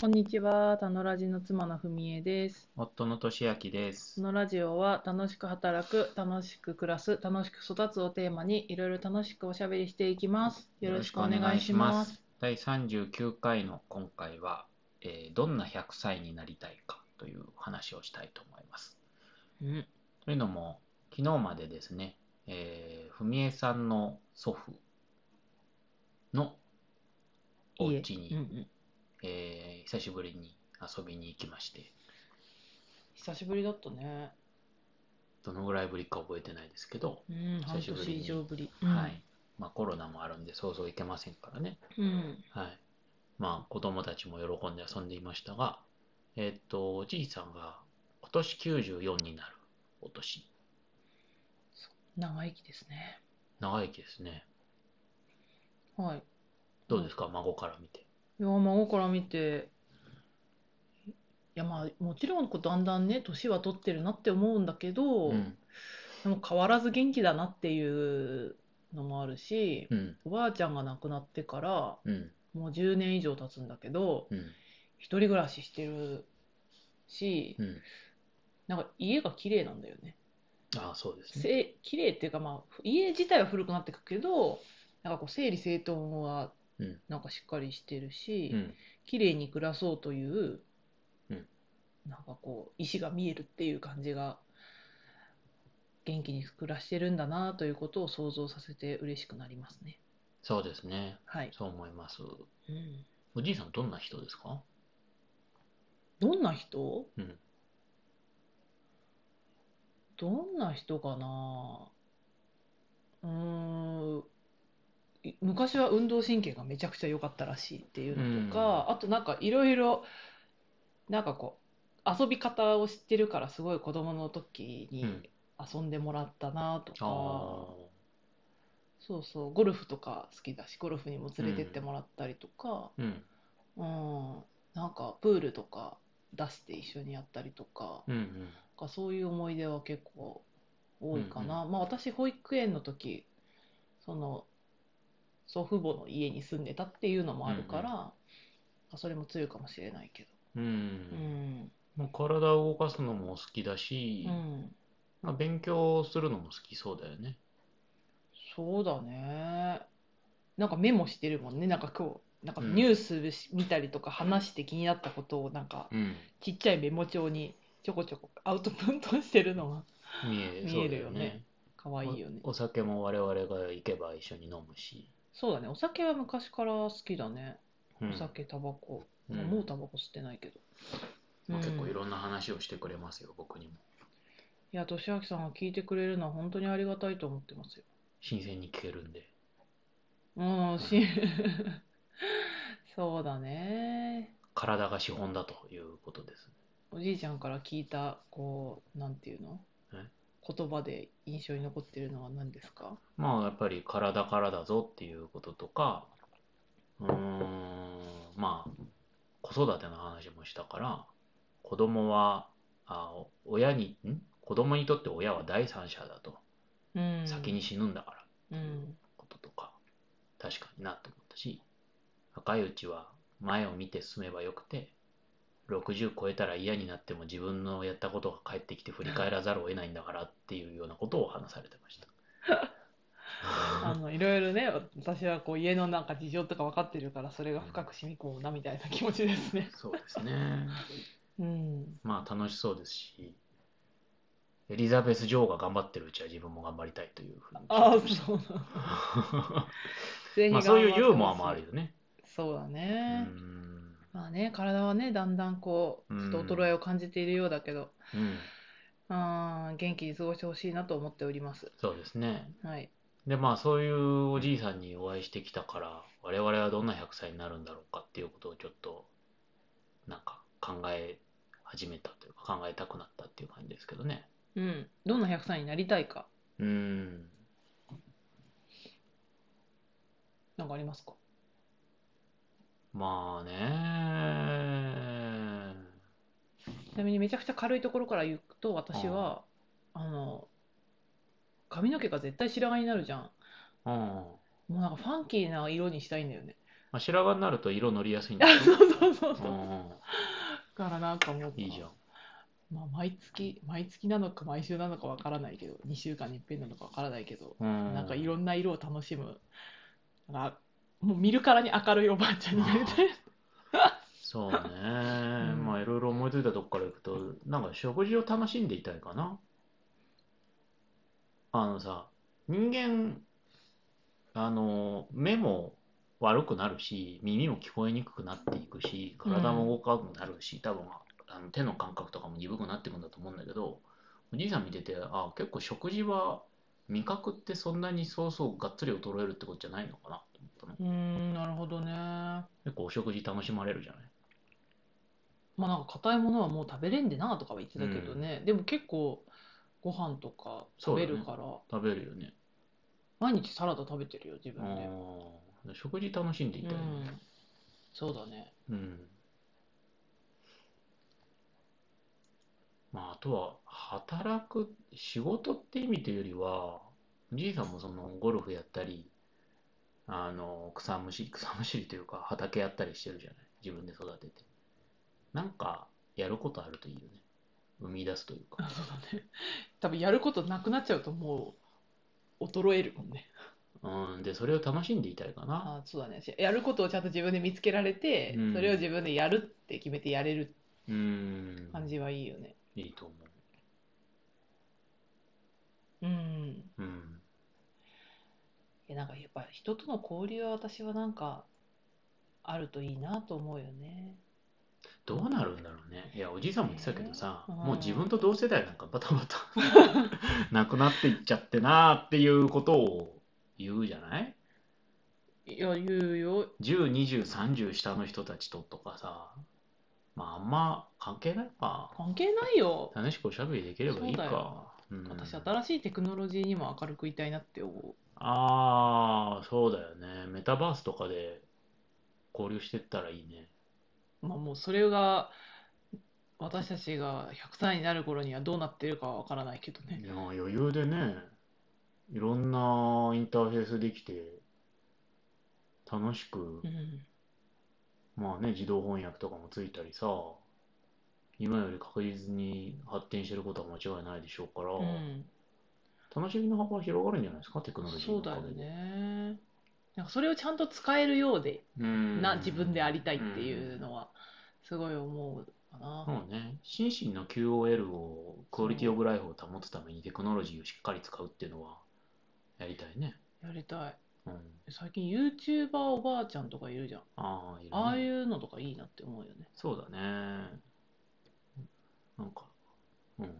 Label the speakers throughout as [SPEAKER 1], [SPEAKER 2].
[SPEAKER 1] こんにちは、たのラジの妻のふみえです。
[SPEAKER 2] 夫の俊明で
[SPEAKER 1] こ
[SPEAKER 2] す。
[SPEAKER 1] のラジオは楽しく働く、楽しく暮らす、楽しく育つをテーマにいろいろ楽しくおしゃべりしていきます。よろしくお願いします。。
[SPEAKER 2] 第39回の今回は、えーどんな100歳になりたいかというお話をしたいと思います。
[SPEAKER 1] うん、
[SPEAKER 2] というのも、昨日までですね、えー文江さんの祖父のお家に、
[SPEAKER 1] うんうん、
[SPEAKER 2] えー久しぶりに遊びに行きまして、
[SPEAKER 1] 久しぶりだったね。
[SPEAKER 2] どのぐらいぶりか覚えてないですけど、
[SPEAKER 1] うん、半
[SPEAKER 2] 久しぶり
[SPEAKER 1] 年
[SPEAKER 2] に
[SPEAKER 1] 以上ぶり。
[SPEAKER 2] はい。まあ、コロナもあるんで、そうそう行けませんからね。
[SPEAKER 1] うん。うん。
[SPEAKER 2] はい。まあ、子供たちも喜んで遊んでいましたが、えーっと、おじいさんが今年94になるお年。
[SPEAKER 1] 長生きですね。
[SPEAKER 2] 長生きですね。
[SPEAKER 1] はい。
[SPEAKER 2] どうですか、孫から見て。
[SPEAKER 1] いや、孫から見て、いや、まあ、もちろん、こう、だんだんね、年は取ってるなって思うんだけど、
[SPEAKER 2] うん。
[SPEAKER 1] でも変わらず元気だなっていうのもあるし、
[SPEAKER 2] うん。
[SPEAKER 1] おばあちゃんが亡くなってから
[SPEAKER 2] うん。
[SPEAKER 1] もう10年以上経つんだけど、
[SPEAKER 2] うん。
[SPEAKER 1] 一人暮らししてるし、
[SPEAKER 2] うん。
[SPEAKER 1] なんか家が綺麗なんだよね。
[SPEAKER 2] ああ、そうですね。
[SPEAKER 1] せ綺麗っていうか、まあ、家自体は古くなってくけど、なんかこう整理整頓は
[SPEAKER 2] うん
[SPEAKER 1] なんかしっかりしてるし、
[SPEAKER 2] うん。
[SPEAKER 1] 綺麗に暮らそうという、
[SPEAKER 2] うん
[SPEAKER 1] なんかこう意志が見えるっていう感じが元気に暮らしてるんだなということを想像させて嬉しくなりますね。
[SPEAKER 2] そうですね。
[SPEAKER 1] はい、
[SPEAKER 2] そう思います。
[SPEAKER 1] うん、
[SPEAKER 2] おじいさん、どんな人ですか
[SPEAKER 1] どんな人、
[SPEAKER 2] うん
[SPEAKER 1] どんな人かなうーんい昔は運動神経がめちゃくちゃ良かったらしいっていうのとか、あとなんかいろいろなんかこう遊び方を知ってるからすごい子供の時
[SPEAKER 2] う
[SPEAKER 1] に
[SPEAKER 2] ん
[SPEAKER 1] 遊んでもらったなとか、
[SPEAKER 2] ああ。
[SPEAKER 1] そうそうゴルフとか好きだしゴルフにも連れてってもらったりとか、
[SPEAKER 2] うん。
[SPEAKER 1] うん、なんかプールとか出して一緒にやったりとか、
[SPEAKER 2] うん。うん。
[SPEAKER 1] なんかそういう思い出は結構多いかな、まあ私保育園の時その祖父母の家に住んでたっていうのもあるから、
[SPEAKER 2] うん
[SPEAKER 1] あそれも強いかもしれないけ
[SPEAKER 2] う。
[SPEAKER 1] どうんん
[SPEAKER 2] もう体を動かすのも好きだし
[SPEAKER 1] う、ん
[SPEAKER 2] まあ、勉強するのも好きそうだよね。
[SPEAKER 1] そうだねなんかメモしてるもんねなんかこうなんかニュースし見たりとか話して気になったことをなんか
[SPEAKER 2] うん。
[SPEAKER 1] ちっちゃいメモ帳にちょこちょこアウトプットしてるのが
[SPEAKER 2] 見
[SPEAKER 1] 見え
[SPEAKER 2] え、
[SPEAKER 1] る
[SPEAKER 2] そうだよ
[SPEAKER 1] よ
[SPEAKER 2] ね
[SPEAKER 1] ね。可愛いよね
[SPEAKER 2] おお酒も我々が行けば一緒に飲むし、
[SPEAKER 1] そうだねお酒は昔から好きだね
[SPEAKER 2] うん
[SPEAKER 1] お酒タバコ
[SPEAKER 2] うん
[SPEAKER 1] もうタバコ吸ってないけど、
[SPEAKER 2] まあ結
[SPEAKER 1] う
[SPEAKER 2] 構い
[SPEAKER 1] んい
[SPEAKER 2] ろんな話をしてくれますよ僕にも
[SPEAKER 1] や俊明さんが聞いてくれるのは本当にありがたいと思ってますよ
[SPEAKER 2] 新鮮に聞けるんで
[SPEAKER 1] うんしそうだね
[SPEAKER 2] 体が資本だということです
[SPEAKER 1] おじいちゃんから聞いたこうなんていうの
[SPEAKER 2] え
[SPEAKER 1] 言葉で印象に残ってるのは何ですか
[SPEAKER 2] まあやっぱり体からだぞっていうこととかうーんまあ子育ての話もしたから子供はあお親にん子供にとって親は第三者だと
[SPEAKER 1] うん
[SPEAKER 2] 先に死ぬんだから
[SPEAKER 1] うん
[SPEAKER 2] こととか確かになと思ったし若いうちは前を見て進めばよくて60超えたら嫌になっても自分のやったことが返ってきて振り返らざるを得ないんだからっていうようなことを話されてました。
[SPEAKER 1] あのいろいろね私はこう家のなんか事情とか分かってるからそれが深く染み込むなみたいな気持ちですね
[SPEAKER 2] そうですね。
[SPEAKER 1] うん
[SPEAKER 2] まあ楽しそうですし、エリザベス女王が頑張ってるうちは自分も頑張りたいというふうに。
[SPEAKER 1] ああそうなのぜひ
[SPEAKER 2] ま
[SPEAKER 1] 頑張ってほ
[SPEAKER 2] あ
[SPEAKER 1] し
[SPEAKER 2] そういうユーモアもあるよね。
[SPEAKER 1] そうだ
[SPEAKER 2] う
[SPEAKER 1] ね、
[SPEAKER 2] ん。
[SPEAKER 1] まあね、体はね、だんだんこう、
[SPEAKER 2] う
[SPEAKER 1] ちょ
[SPEAKER 2] ん
[SPEAKER 1] っと衰えを感じているようだけど、
[SPEAKER 2] うん。
[SPEAKER 1] あー元気に過ごしてほしいなと思っております。
[SPEAKER 2] そうですね。
[SPEAKER 1] はい。
[SPEAKER 2] でまあそういうおじいさんにお会いしてきたから我々はどんな100歳になるんだろうかっていうことをちょっとなんか考え始めたというか考えたくなったっていう感じですけどね
[SPEAKER 1] うん。どんな100歳になりたいか、
[SPEAKER 2] うーん
[SPEAKER 1] なんかありますか
[SPEAKER 2] まあね
[SPEAKER 1] ちなみにめちゃくちゃ軽いところから言うと、私は、あの、髪の毛が絶対白髪になるじゃん。
[SPEAKER 2] うん
[SPEAKER 1] もうなんかファンキーな色にしたいんだよね。
[SPEAKER 2] まあ、白髪になると色塗りやすいんだ
[SPEAKER 1] あ
[SPEAKER 2] け
[SPEAKER 1] そう
[SPEAKER 2] ど
[SPEAKER 1] そうそう そうう。
[SPEAKER 2] んうん
[SPEAKER 1] だからなんかもう
[SPEAKER 2] いいじゃん
[SPEAKER 1] まあ、毎月毎月なのか毎週なのかわからないけど2週間に一遍なのかわからないけど、
[SPEAKER 2] うん
[SPEAKER 1] なんかいろんな色を楽しむなんかもう見るからに明るいおばあちゃんになりたい
[SPEAKER 2] そうね、
[SPEAKER 1] ん
[SPEAKER 2] まあいろいろ思いついたとこからいくとなんか食事を楽しんでいたいかなあのさ人間あの目も悪くなるし耳も聞こえにくくなっていくし体も動かなくなるし、多分あの手の感覚とかも鈍くなっていくんだと思うんだけどおじいさん見ててあ結構食事は味覚ってそんなにそうそうがっつり衰えるってことじゃないのかなと思ったの
[SPEAKER 1] うんなるほどねま
[SPEAKER 2] 結構お食事楽しまれるじゃない
[SPEAKER 1] あなんか硬いものはもう食べれんでなとかは言ってたけどね、でも結構ご飯とか食べるから、
[SPEAKER 2] 食べるよね
[SPEAKER 1] 毎日サラダ食べてるよ自分で、
[SPEAKER 2] あー食事楽しんでいた
[SPEAKER 1] う
[SPEAKER 2] よね、
[SPEAKER 1] ん、そうだね
[SPEAKER 2] うんまあ、あとは働く仕事って意味というよりはおじいさんもそのゴルフやったりあの草むしり草むしりというか畑やったりしてるじゃない自分で育ててなんかやることあるといいよね生み出すという
[SPEAKER 1] そ
[SPEAKER 2] か
[SPEAKER 1] うだね多分やることなくなっちゃうともう衰えるもんね
[SPEAKER 2] うんでそれを楽しんでいたいかな
[SPEAKER 1] あそうだねしやることをちゃんと自分で見つけられて、
[SPEAKER 2] うん
[SPEAKER 1] それを自分でやるって決めてやれる
[SPEAKER 2] うん
[SPEAKER 1] 感じはいいよね
[SPEAKER 2] いいと思
[SPEAKER 1] うん
[SPEAKER 2] ううん
[SPEAKER 1] えなんかやっぱ人との交流は私はなんかあるといいなと思うよね
[SPEAKER 2] どうなるんだろうね。いや、おじいさんも言ってたけどさ、
[SPEAKER 1] えー
[SPEAKER 2] もう自分と同世代なんかバタバ タなくなっていっちゃってなーっていうことを言うじゃない
[SPEAKER 1] いや言うよ
[SPEAKER 2] ?10、20、30下の人たちととかさ、まああんま関係ないか。
[SPEAKER 1] 関係ないよ
[SPEAKER 2] 楽しくおしゃべりできればい
[SPEAKER 1] そ
[SPEAKER 2] い
[SPEAKER 1] うだ
[SPEAKER 2] か
[SPEAKER 1] よ。
[SPEAKER 2] うん
[SPEAKER 1] 私新しいテクノロジーにも明るくいたいなって思
[SPEAKER 2] ああ、そうだよね。メタバースとかで交流してったらいいね。
[SPEAKER 1] うまあもうそれが私たちが100歳になる頃にはどうなってるかはわからないけどね
[SPEAKER 2] いや余裕でねいろんなインターフェースできて楽しく、
[SPEAKER 1] うん
[SPEAKER 2] まあね自動翻訳とかもついたりさ今より確実に発展してることは間違いないでしょうから、
[SPEAKER 1] うん
[SPEAKER 2] 楽しみの幅は広がるんじゃないですかテクノロジー
[SPEAKER 1] そ
[SPEAKER 2] の
[SPEAKER 1] うだよ
[SPEAKER 2] おかげで
[SPEAKER 1] ねなんかそれをちゃんと使えるようで
[SPEAKER 2] うん
[SPEAKER 1] な自分でありたいっていうのはすごい思うかな。
[SPEAKER 2] そうね、心身の QOL をクオリティオブライフを保つためにテクノロジーをしっかり使うっていうのはやりたいね、
[SPEAKER 1] やりたい。
[SPEAKER 2] うん、
[SPEAKER 1] 最近 YouTuber おばあちゃんとかいるじゃん。
[SPEAKER 2] ああいるね
[SPEAKER 1] ああいうのとかいいなって思うよね。
[SPEAKER 2] そうだね。なんか、うん。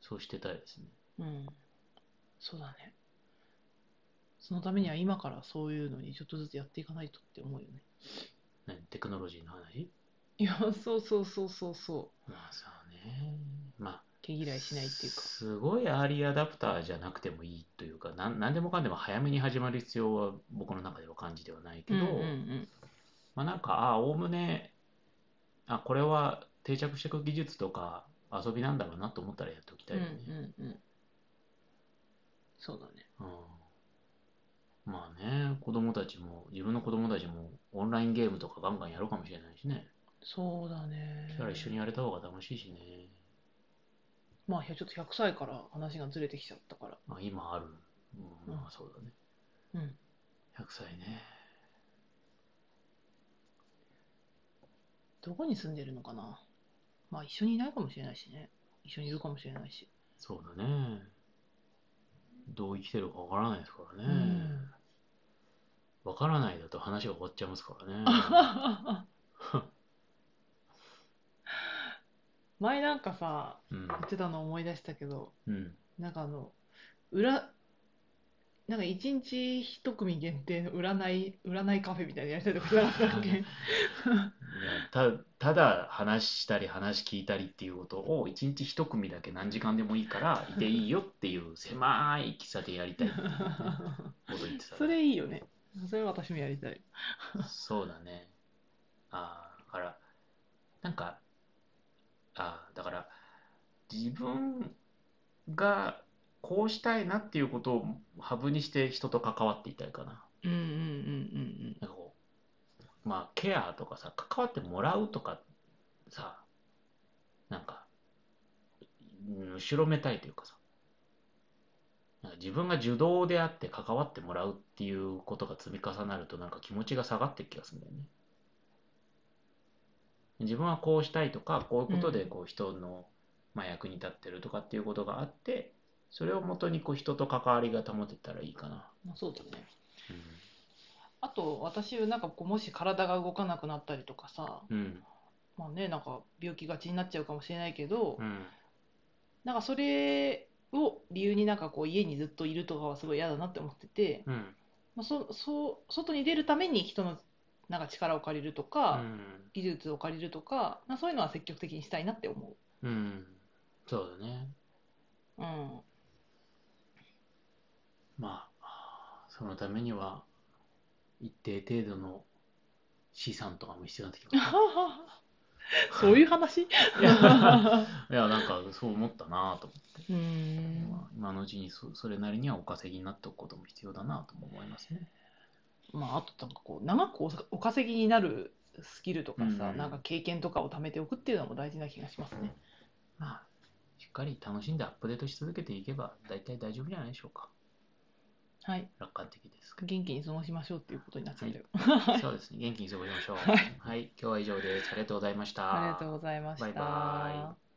[SPEAKER 2] そうしてたいですね。
[SPEAKER 1] うん。そうだね。そのためには今からそういうのにちょっとずつやっていかないとって思うよね。
[SPEAKER 2] 何テクノロジーの話
[SPEAKER 1] いや、そうそうそうそうそう。
[SPEAKER 2] まあさね。まあ、
[SPEAKER 1] 毛嫌いしないっていうか。
[SPEAKER 2] すごいアーリーアダプターじゃなくてもいいというか、なん何でもかんでも早めに始まる必要は僕の中では感じではないけど、
[SPEAKER 1] うんうんうん、
[SPEAKER 2] まあなんか、ああ、おおむね、あ、これは定着していく技術とか遊びなんだろうなと思ったらやっておきた
[SPEAKER 1] う
[SPEAKER 2] い
[SPEAKER 1] ん
[SPEAKER 2] よね。
[SPEAKER 1] うんうん。そうだね。
[SPEAKER 2] うんまあね、子供たちも、自分の子供たちもオンラインゲームとかガンガンやるかもしれないしね。
[SPEAKER 1] そうだね
[SPEAKER 2] そし。たら一緒にやれた方が楽しいしね。
[SPEAKER 1] まあ、いやちょっと100歳から話がずれてきちゃったから。
[SPEAKER 2] まあ今ある。うん、まあそうだね。
[SPEAKER 1] うん。
[SPEAKER 2] 100歳ね。
[SPEAKER 1] どこに住んでるのかなまあ一緒にいないかもしれないしね。一緒にいるかもしれないし。
[SPEAKER 2] そうだね。どう生きてるかわからないですから
[SPEAKER 1] う
[SPEAKER 2] ね。
[SPEAKER 1] ん
[SPEAKER 2] わからないだと話が終わっちゃいますか らね。
[SPEAKER 1] 前なんかさ、
[SPEAKER 2] うん
[SPEAKER 1] 言。ってたの思い出したけど、
[SPEAKER 2] うん。
[SPEAKER 1] なんかあの、裏、なんか一日一組限定の占い、占いカフェみたいなのやりたいとかじゃなかったっけ
[SPEAKER 2] いやたただ話したり話聞いたりっていうことを一日一組だけ何時間でもいいからいていいよっていう狭い喫茶でやりたいっていうこと言って た
[SPEAKER 1] それいいよね。それ私もやりたい。
[SPEAKER 2] そうだねああだからなんかああだから自分がこうしたいなっていうことをハブにして人と関わっていたいかな
[SPEAKER 1] うんうんうんうんうん。
[SPEAKER 2] なんかこまあ、ケアとかさ、関わってもらうとかさ、なんか、うん後ろめたいというかさ、なんか自分が受動であって関わってもらうっていうことが積み重なると、なんか気持ちが下がっていく気がするんだよね。自分はこうしたいとか、こういうことでこう人の、まあ、役に立ってるとかっていうことがあって、それをもとにこう人と関わりが保てたらいいかな。
[SPEAKER 1] まあ、そうだね。あと私なんかこうもし体が動かなくなったりとかさ、
[SPEAKER 2] うん。
[SPEAKER 1] まあね、なんか病気がちになっちゃうかもしれないけど、
[SPEAKER 2] うん。
[SPEAKER 1] なんかそれを理由になんかこう家にずっといるとかはすごい嫌だなって思ってて、
[SPEAKER 2] うん。
[SPEAKER 1] まあ、そそう外に出るために人のなんか力を借りるとか、技術を借りるとか、まあ、そういうのは積極的にしたいなって思
[SPEAKER 2] うん。うん。そうだね。
[SPEAKER 1] う。うん、
[SPEAKER 2] まあ、そのためには、一定程度の資産とかも必要になってきますね
[SPEAKER 1] そういう話
[SPEAKER 2] いや、いやなんかそう思ったなと思って、
[SPEAKER 1] うーん
[SPEAKER 2] まあ今のうちにそそれなりにはお稼ぎになっておくことも必要だなとも思いますね。
[SPEAKER 1] まあ、あとなんかこう長くおお稼ぎになるスキルとかさ、
[SPEAKER 2] うん
[SPEAKER 1] なんか経験とかを貯めておくっていうのも大事な気がしますね。
[SPEAKER 2] まあ、しっかり楽しんでアップデートし続けていけば、大体大丈夫じゃないでしょうか。
[SPEAKER 1] はい、
[SPEAKER 2] 楽観的ですけ
[SPEAKER 1] 元気に過ごしましょうっていうことになっちゃったよ。
[SPEAKER 2] ど。そうですね、元気に過ごしましょう。はい、今日は以上です。ありがとうございました。
[SPEAKER 1] ありがとうございました。
[SPEAKER 2] バイバイ